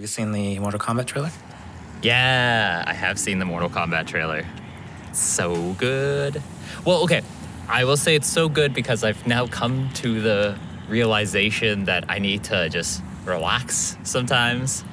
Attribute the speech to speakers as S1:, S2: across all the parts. S1: you seen the Mortal Kombat trailer?
S2: Yeah, I have seen the Mortal Kombat trailer. It's so good. Well, okay, I will say it's so good because I've now come to the realization that I need to just relax sometimes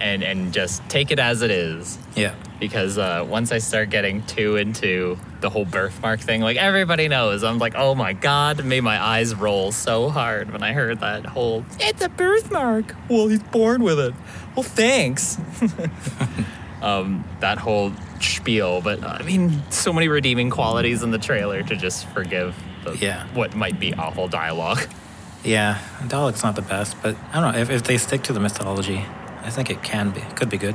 S2: and and just take it as it is
S1: Yeah.
S2: because uh, once I start getting too into the whole birthmark thing, like everybody knows, I'm like, oh my god, made my eyes roll so hard when I heard that whole. It's a birthmark. Well, he's born with it. Well, thanks. um, that whole spiel, but uh, I mean, so many redeeming qualities in the trailer to just forgive. The,
S1: Yeah.
S2: What might be awful dialogue.
S1: Yeah, Dalek's not the best, but I don't know. If, if they stick to the mythology, I think it can be. Could be good.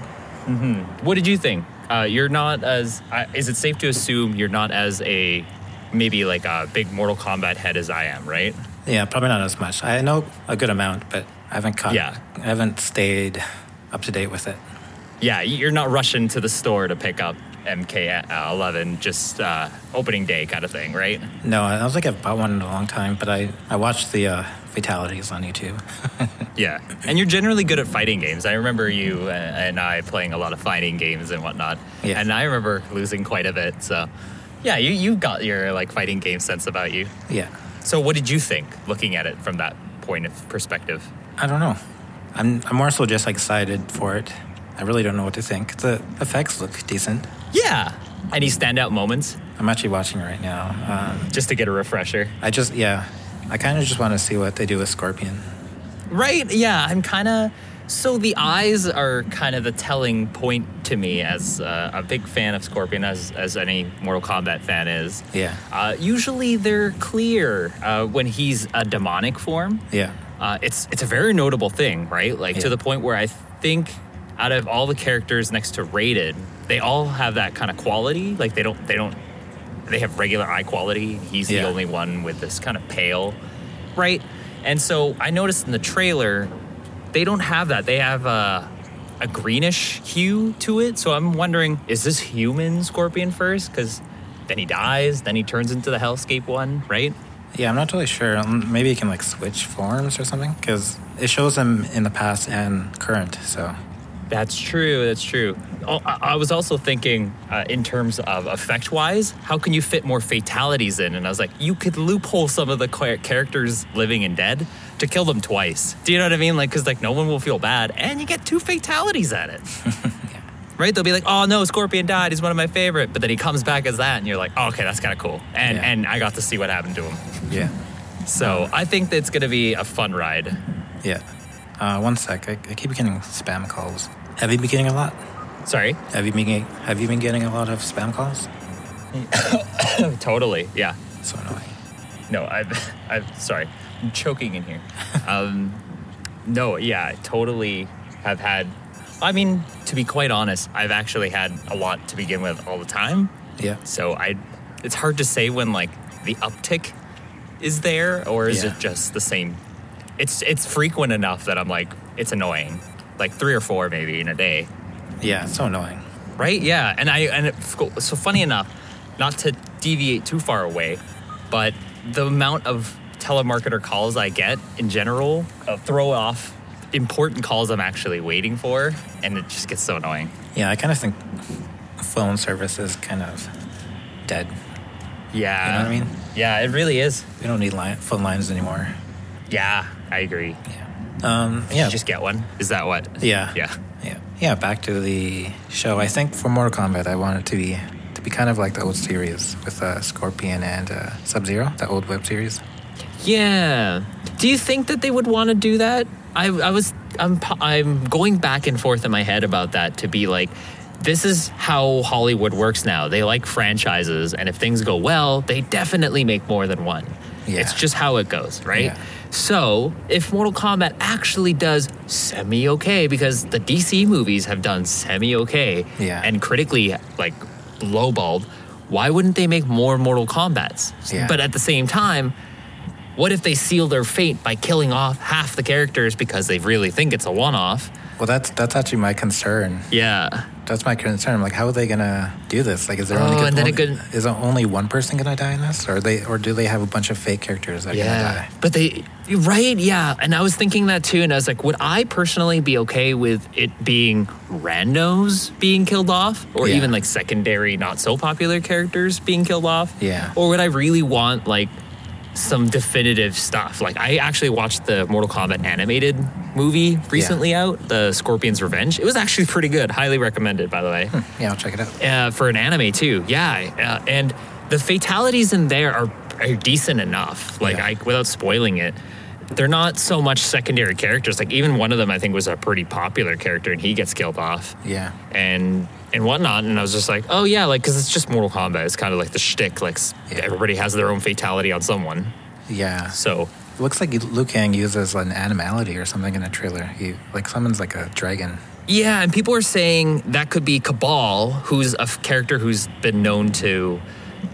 S2: What did you think? Uh, you're not as. Uh, is it safe to assume you're not as a maybe like a big Mortal Kombat head as I am, right?
S1: Yeah, probably not as much. I know a good amount, but I haven't caught.
S2: Yeah.
S1: I haven't stayed up to date with it.
S2: Yeah, you're not rushing to the store to pick up MK11 just uh, opening day kind of thing, right?
S1: No, I don't think I've bought one in a long time, but I, I watched the uh, fatalities on YouTube.
S2: Yeah, and you're generally good at fighting games. I remember you a- and I playing a lot of fighting games and whatnot,
S1: Yes.
S2: and I remember losing quite a bit. So, yeah, you you got your like fighting game sense about you.
S1: yeah.
S2: So, what did you think looking at it from that point of perspective?
S1: I don't know. I'm, I'm more so just excited for it. I really don't know what to think. The effects look decent.
S2: Yeah. Any standout moments?
S1: I'm actually watching it right now. Um,
S2: Just to get a refresher.
S1: I just, yeah, I kind of just want to see what they do with Scorpion.
S2: Right? Yeah, I'm kind of. So the eyes are kind of the telling point to me as uh, a big fan of Scorpion, as, as any Mortal Kombat fan is.
S1: Yeah.
S2: Uh, usually they're clear uh, when he's a demonic form.
S1: Yeah.
S2: Uh, it's it's a very notable thing, right? Like
S1: Yeah.
S2: to the point where I think out of all the characters next to Rated, they all have that kind of quality. Like they don't they don't they have regular eye quality. He's
S1: Yeah.
S2: the only one with this kind of pale, right? And so I noticed in the trailer they don't have that. They have a, a greenish hue to it. So I'm wondering, is this human Scorpion first? Because then he dies, then he turns into the Hellscape one, right?
S1: Yeah, I'm not totally sure. Um, Maybe you can like switch forms or something because it shows them in the past and current. So
S2: That's true. That's true. Oh, I, I was also thinking uh, in terms of effect wise, how can you fit more fatalities in? And I was like, you could loophole some of the char- characters living and dead to kill them twice. Do you know what I mean? Like, because like no one will feel bad, and you get two fatalities at it. Right? They'll be like, "Oh no, Scorpion died. He's one of my favorite." But then he comes back as that, and you're like, oh, "Okay, that's kind of cool." And
S1: Yeah.
S2: and I got to see what happened to him.
S1: yeah,
S2: So I think that it's gonna be a fun ride.
S1: yeah. Uh, one sec. I, I keep getting spam calls. Have you been getting a lot?
S2: Sorry.
S1: Have you been getting, Have you been getting a lot of spam calls?
S2: Totally. Yeah.
S1: So annoying.
S2: No, I'm, I'm sorry. I'm choking in here. Um, no, yeah, I totally have had. I mean, to be quite honest, I've actually had a lot to begin with all the time.
S1: Yeah.
S2: So I, it's hard to say when like the uptick is there or is
S1: Yeah.
S2: it just the same. It's it's frequent enough that I'm like it's annoying, like three or four maybe in a day
S1: Yeah. So annoying.
S2: right? Yeah, and I and it, so funny enough, not to deviate too far away, but the amount of telemarketer calls I get in general uh, throw off important calls I'm actually waiting for, and it just gets so annoying.
S1: Yeah, I kind of think phone service is kind of dead.
S2: Yeah,
S1: You know what I mean?
S2: Yeah, it really is.
S1: We don't need line, phone lines anymore.
S2: Yeah, I agree.
S1: Yeah. Um,
S2: Yeah,
S1: yeah.
S2: just get one. Is that what?
S1: yeah.
S2: Yeah.
S1: Yeah. Yeah. Back to the show. I think for Mortal Kombat, I want it to be to be kind of like the old series with uh, Scorpion and uh, Sub Zero, the old web series.
S2: Yeah. Do you think that they would want to do that? I, I was I'm po- I'm going back and forth in my head about that to be like this is how Hollywood works now. They like franchises and if things go well, they definitely make more than one.
S1: Yeah.
S2: It's just how it goes, right?
S1: Yeah.
S2: So, if Mortal Kombat actually does semi okay because the DC movies have done semi okay
S1: Yeah.
S2: and critically like lowballed, why wouldn't they make more Mortal Kombats?
S1: Yeah.
S2: But at the same time, what if they seal their fate by killing off half the characters because they really think it's a one off?
S1: Well, that's that's actually my concern.
S2: Yeah.
S1: That's my concern. I'm like, how are they gonna do this? Like, is there
S2: Oh,
S1: only,
S2: and then it
S1: only
S2: could-
S1: is only one person gonna die in this, or they, or do they have a bunch of fake characters that are gonna
S2: Yeah.
S1: die?
S2: But they, right? Yeah. And I was thinking that too. And I was like, would I personally be okay with it being randos being killed off or
S1: Yeah.
S2: even like secondary, not so popular characters being killed off?
S1: Yeah.
S2: Or would I really want like some definitive stuff? Like, I actually watched the Mortal Kombat animated movie recently out, The Scorpion's Revenge. It was actually pretty good. Highly recommended, by the way
S1: Yeah, I'll check it out.
S2: uh, for an anime too. Yeah, uh, and the fatalities in there are, are decent enough. Like
S1: Yeah.
S2: I, without spoiling it, they're not so much secondary characters. Like even one of them, I think, was a pretty popular character, and he gets killed off
S1: Yeah,
S2: and and whatnot. And I was just like, oh yeah, like because it's just Mortal Kombat. It's kind of like the shtick. Like s
S1: Yeah.
S2: everybody has their own fatality on someone.
S1: yeah.
S2: So
S1: Looks like Liu Kang uses an animality or something in a trailer. He like summons like a dragon.
S2: Yeah, and people are saying that could be Cabal, who's a f- character who's been known to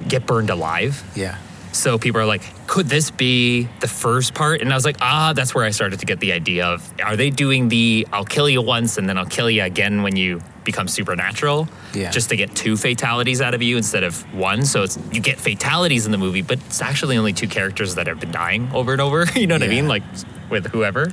S2: get burned alive.
S1: Yeah,
S2: So people are like, could this be the first part? And I was like, ah, that's where I started to get the idea of are they doing the I'll kill you once and then I'll kill you again when you become supernatural?
S1: Yeah.
S2: Just to get two fatalities out of you instead of one. So it's you get fatalities in the movie, but it's actually only two characters that have been dying over and over. you know what I
S1: Yeah.
S2: mean? Like with whoever.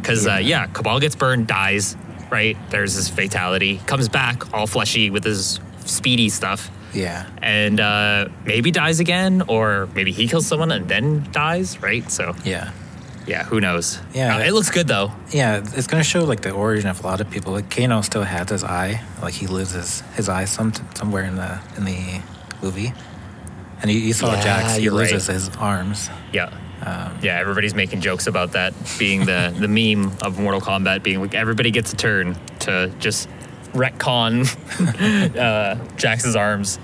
S2: Because, yeah. Uh, yeah, Cabal gets burned, dies, right? There's his fatality, comes back all fleshy with his speedy stuff
S1: yeah,
S2: and uh, maybe dies again, or maybe he kills someone and then dies, right? So
S1: yeah,
S2: yeah, who knows?
S1: Yeah.
S2: Uh, it looks good though.
S1: yeah. It's gonna show like the origin of a lot of people. Like Kano still has his eye. Like he loses his eye some somewhere in the in the movie. And you, you saw
S2: Yeah,
S1: Jax. He
S2: you're right.
S1: loses his arms.
S2: Yeah, yeah. Everybody's making jokes about that being the the meme of Mortal Kombat being like everybody gets a turn to just retcon uh, Jax's arms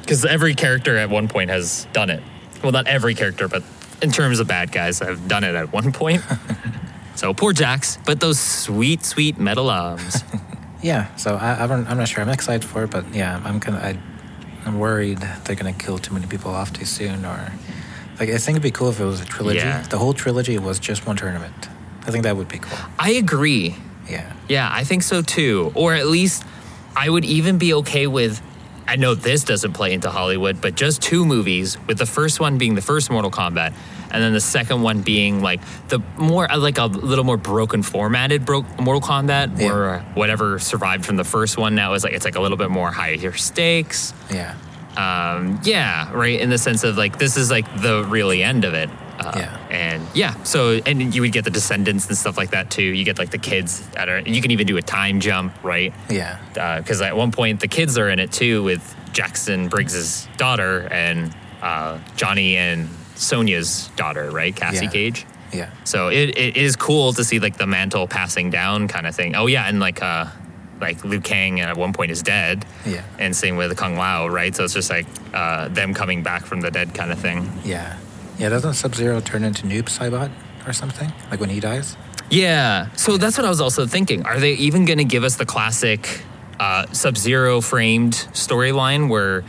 S2: because every character at one point has done it. Well, not every character, but in terms of bad guys, have done it at one point. so poor Jax, but those sweet, sweet metal arms.
S1: Yeah, so I, I don't, I'm not sure. I'm excited for it, but yeah, I'm gonna. I, I'm worried they're gonna kill too many people off too soon, or like I think it'd be cool if it was a trilogy.
S2: Yeah.
S1: The whole trilogy was just one tournament. I think that would be cool.
S2: I agree.
S1: Yeah,
S2: Yeah, I think so too. Or at least I would even be okay with. I know this doesn't play into Hollywood, but just two movies, with the first one being the first Mortal Kombat, and then the second one being like the more uh, like a little more broken formatted bro- Mortal Kombat,
S1: Yeah.
S2: or whatever survived from the first one. Now is like it's like a little bit more higher stakes.
S1: yeah,
S2: Um, yeah, right. In the sense of like this is like the really end of it. Uh,
S1: Yeah.
S2: And yeah, so and you would get the descendants and stuff like that too. You get like the kids that are. You can even do a time jump, right?
S1: yeah,
S2: Because at one point the kids are in it too with Jackson Briggs's daughter and uh, Johnny and Sonia's daughter, right? Cassie
S1: Yeah.
S2: Cage.
S1: yeah,
S2: So it, it is cool to see like the mantle passing down kind of thing. Oh yeah, and like uh like Liu Kang at one point is dead.
S1: Yeah.
S2: And same with Kung Lao, right? So it's just like uh, them coming back from the dead kind of thing.
S1: yeah, yeah. Doesn't Sub Zero turn into Noob Saibot or something? Like when he dies?
S2: Yeah. So that's what I was also thinking. Are they even going to give us the classic uh, Sub Zero framed storyline where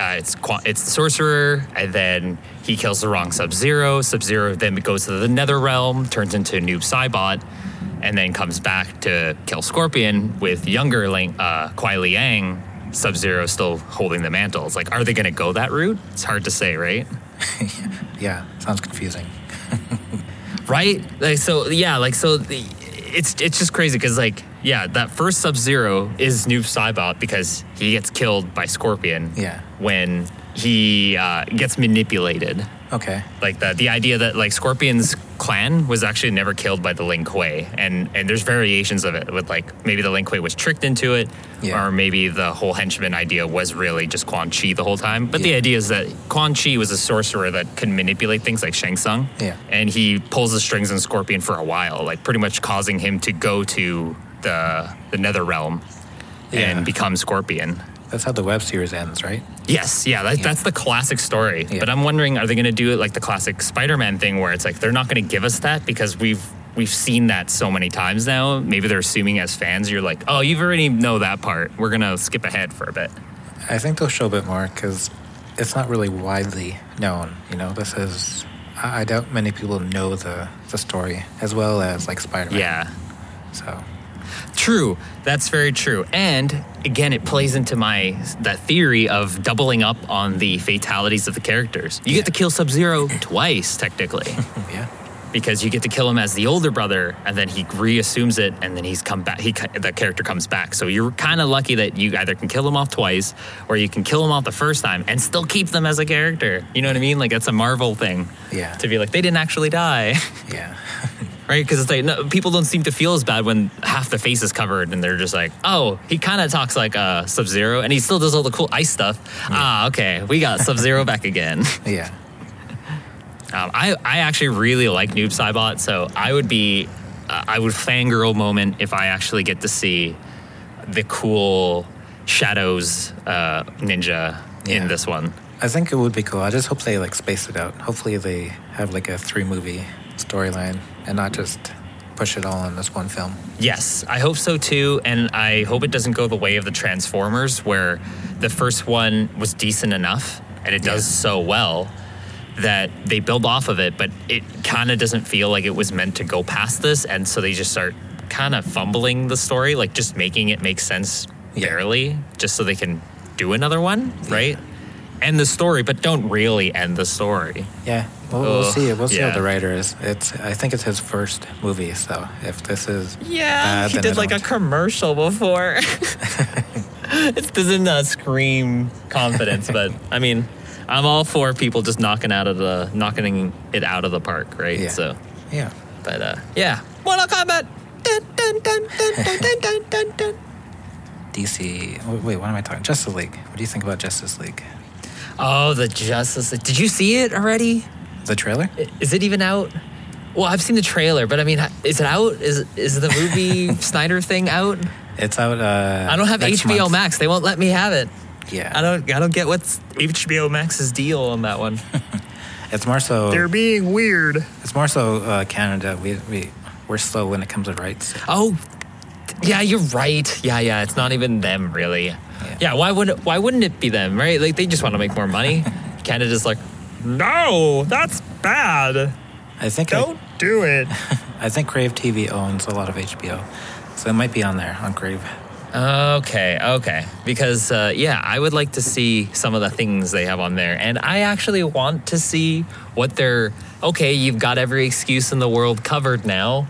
S2: uh, it's qua- it's the sorcerer and then he kills the wrong Sub Zero. Sub Zero then goes to the Nether Realm, turns into Noob Saibot, and then comes back to kill Scorpion with younger Lang- uh, Kuai Liang. Sub Zero still holding the mantle. It's like, are they going to go that route? It's hard to say, right?
S1: Yeah, sounds confusing.
S2: right like so yeah like so the, it's it's just crazy because like yeah that first sub zero is noob saibot because he gets killed by scorpion
S1: Yeah.
S2: when he uh, gets manipulated
S1: Okay,
S2: like the the idea that like Scorpion's clan was actually never killed by the Lin Kuei, and and there's variations of it with like maybe the Lin Kuei was tricked into it,
S1: Yeah.
S2: or maybe the whole henchman idea was really just Quan Chi the whole time. But the
S1: Yeah.
S2: idea is that Quan Chi was a sorcerer that could manipulate things like Shang Tsung,
S1: Yeah.
S2: and he pulls the strings on Scorpion for a while, like pretty much causing him to go to the the Nether Realm
S1: Yeah.
S2: and become Scorpion.
S1: that's how the web series ends, right?
S2: Yes, yeah, that, that's the classic story.
S1: Yeah.
S2: But I'm wondering, are they going to do it like the classic Spider-Man thing, where it's like they're not going to give us that because we've we've seen that so many times now. Maybe they're assuming as fans, you're like, oh, you've already know that part. We're gonna skip ahead for a bit.
S1: I think they'll show a bit more because it's not really widely known. You know, this is. I I doubt many people know the, the story as well as like Spider Man.
S2: Yeah,
S1: So,
S2: True, that's very true. And again, it plays into my that theory of doubling up on the fatalities of the characters. You get to kill Sub Zero twice, technically,
S1: oh, Yeah.
S2: because you get to kill him as the older brother, and then he reassumes it, and then he's come back. He ki- the character comes back. So you're kind of lucky that you either can kill him off twice, or you can kill him off the first time and still keep them as a character. You know what I mean? Like that's a Marvel thing.
S1: Yeah.
S2: To be like they didn't actually die.
S1: Yeah.
S2: right? Because it's like no, people don't seem to feel as bad when half the face is covered, and they're just like, "Oh, he kind of talks like uh, Sub Zero, and he still does all the cool ice stuff." Ah, okay, we got Sub Zero back again.
S1: yeah.
S2: Um, I I actually really like Noob Saibot, so I would be uh, I would fangirl moment if I actually get to see the cool Shadows uh, ninja
S1: Yeah.
S2: in this one.
S1: I think it would be cool. I just hope they like space it out. Hopefully they have like a three movie storyline and not just push it all in this one film.
S2: Yes, I hope so too, and I hope it doesn't go the way of the Transformers, where the first one was decent enough and it does so well that they build off of it, but it kind of doesn't feel like it was meant to go past this, and so they just start kind of fumbling the story, like just making it make sense
S1: Yeah.
S2: barely, just so they can do another one, right? End the story, but don't really end the story.
S1: Yeah. We'll, we'll
S2: Ugh,
S1: see. We'll see
S2: yeah.
S1: how the writer is. It's. I think it's his first movie. So if this is
S2: Yeah,
S1: bad,
S2: he
S1: Uh, then
S2: did
S1: I
S2: like a
S1: don't-
S2: commercial before. it doesn't uh, scream confidence, but I mean, I'm all for people just knocking out of the knocking it out of the park, right?
S1: Yeah.
S2: So,
S1: yeah.
S2: but uh, yeah, Mortal Kombat. Dun, dun, dun, dun, dun, dun, dun, dun, dun.
S1: DC. w- Wait, what am I talking? Justice League. What do you think about Justice League?
S2: Oh, the Justice League. Did you see it already?
S1: The trailer?
S2: I- Is it even out? Well, I've seen the trailer, but I mean, is it out? Is is the movie Snyder thing out?
S1: It's out. Uh,
S2: I don't have
S1: next
S2: HBO
S1: month.
S2: Max. They won't let me have it.
S1: Yeah,
S2: I don't I don't get what's HBO Max's deal on that one.
S1: It's more so.
S2: being weird.
S1: It's more so uh, Canada. We we we're slow when it comes to rights.
S2: Oh, yeah, you're right. Yeah, yeah, it's not even them really. Yeah, why would why wouldn't it be them, right? Like they just want to make more money. Canada's like, "No, that's bad.
S1: I think
S2: do it."
S1: I, I think Crave TV owns a lot of HBO, so it might be on there on Crave.
S2: Okay, okay. Because uh, yeah, I would like to see some of the things they have on there, and I actually want to see what they're. Okay, you've got every excuse in the world covered now.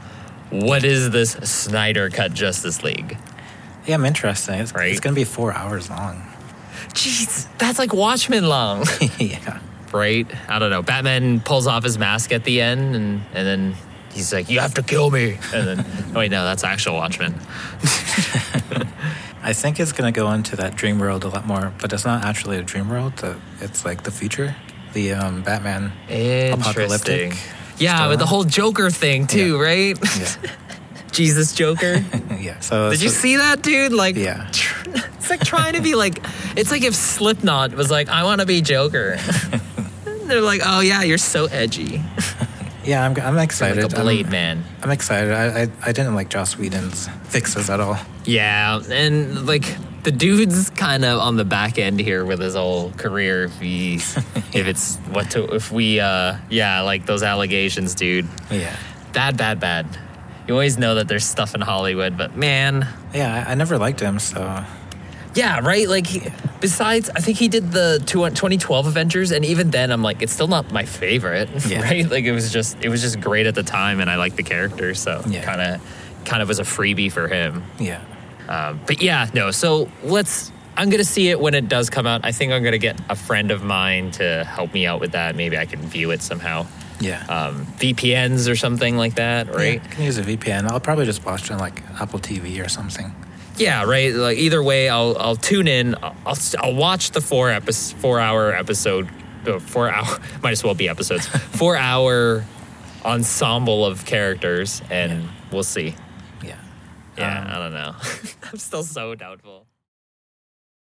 S2: What is this Snyder Cut Justice League?
S1: Yeah, I'm interested. It's,
S2: Right.
S1: it's going to be four hours long.
S2: Jeez, that's like Watchmen long,
S1: yeah,
S2: right? I don't know. Batman pulls off his mask at the end, and and then he's like, "You have to kill me," and then oh, wait, no, that's actual Watchmen.
S1: I think it's going to go into that dream world a lot more, but it's not actually a dream world. uh, It's like the future, the um, Batman.
S2: Eh. Interesting.
S1: Apocalyptic
S2: Yeah, but the
S1: storyline.
S2: whole Joker thing too, right?
S1: Yeah,
S2: Jesus Joker.
S1: yeah. So
S2: Did you
S1: so-
S2: see that, dude? Like,
S1: Yeah.
S2: it's like trying to be like, it's like if Slipknot was like, I want to be Joker. They're like, oh yeah, you're so edgy.
S1: Yeah, I'm I'm
S2: Like
S1: excited.
S2: a Blade
S1: I'm,
S2: Man.
S1: I'm excited. I, I I didn't like Joss Whedon's fixes at all.
S2: Yeah, and like the dude's kind of on the back end here with his whole career. If he, if it's what to, if we, uh, yeah, like those allegations, dude.
S1: Yeah.
S2: Bad, bad, bad. You always know that there's stuff in Hollywood, but man,
S1: Yeah, I, I never liked him, so
S2: Yeah, right? Like, he, besides, I think he did the two- 2012 Avengers, and even then, I'm like, it's still not my favorite,
S1: Yeah.
S2: right? Like, it was just, it was just great at the time, and I liked the character, so
S1: Yeah.
S2: kind of, kind of was a freebie for him.
S1: yeah.
S2: Um, but yeah, no. So let's. I'm gonna see it when it does come out. I think I'm gonna get a friend of mine to help me out with that. Maybe I can view it somehow,
S1: Yeah.
S2: um, VPNs or something like that, right?
S1: Yeah, can use a VPN. I'll probably just watch it on like Apple TV or something.
S2: Yeah, right. Like either way, I'll I'll tune in. I'll I'll, I'll watch the four episode, four hour episode, uh, four hour might as well be episodes, four hour ensemble of characters, and we'll see.
S1: Yeah.
S2: Yeah, I don't know. I'm still so doubtful.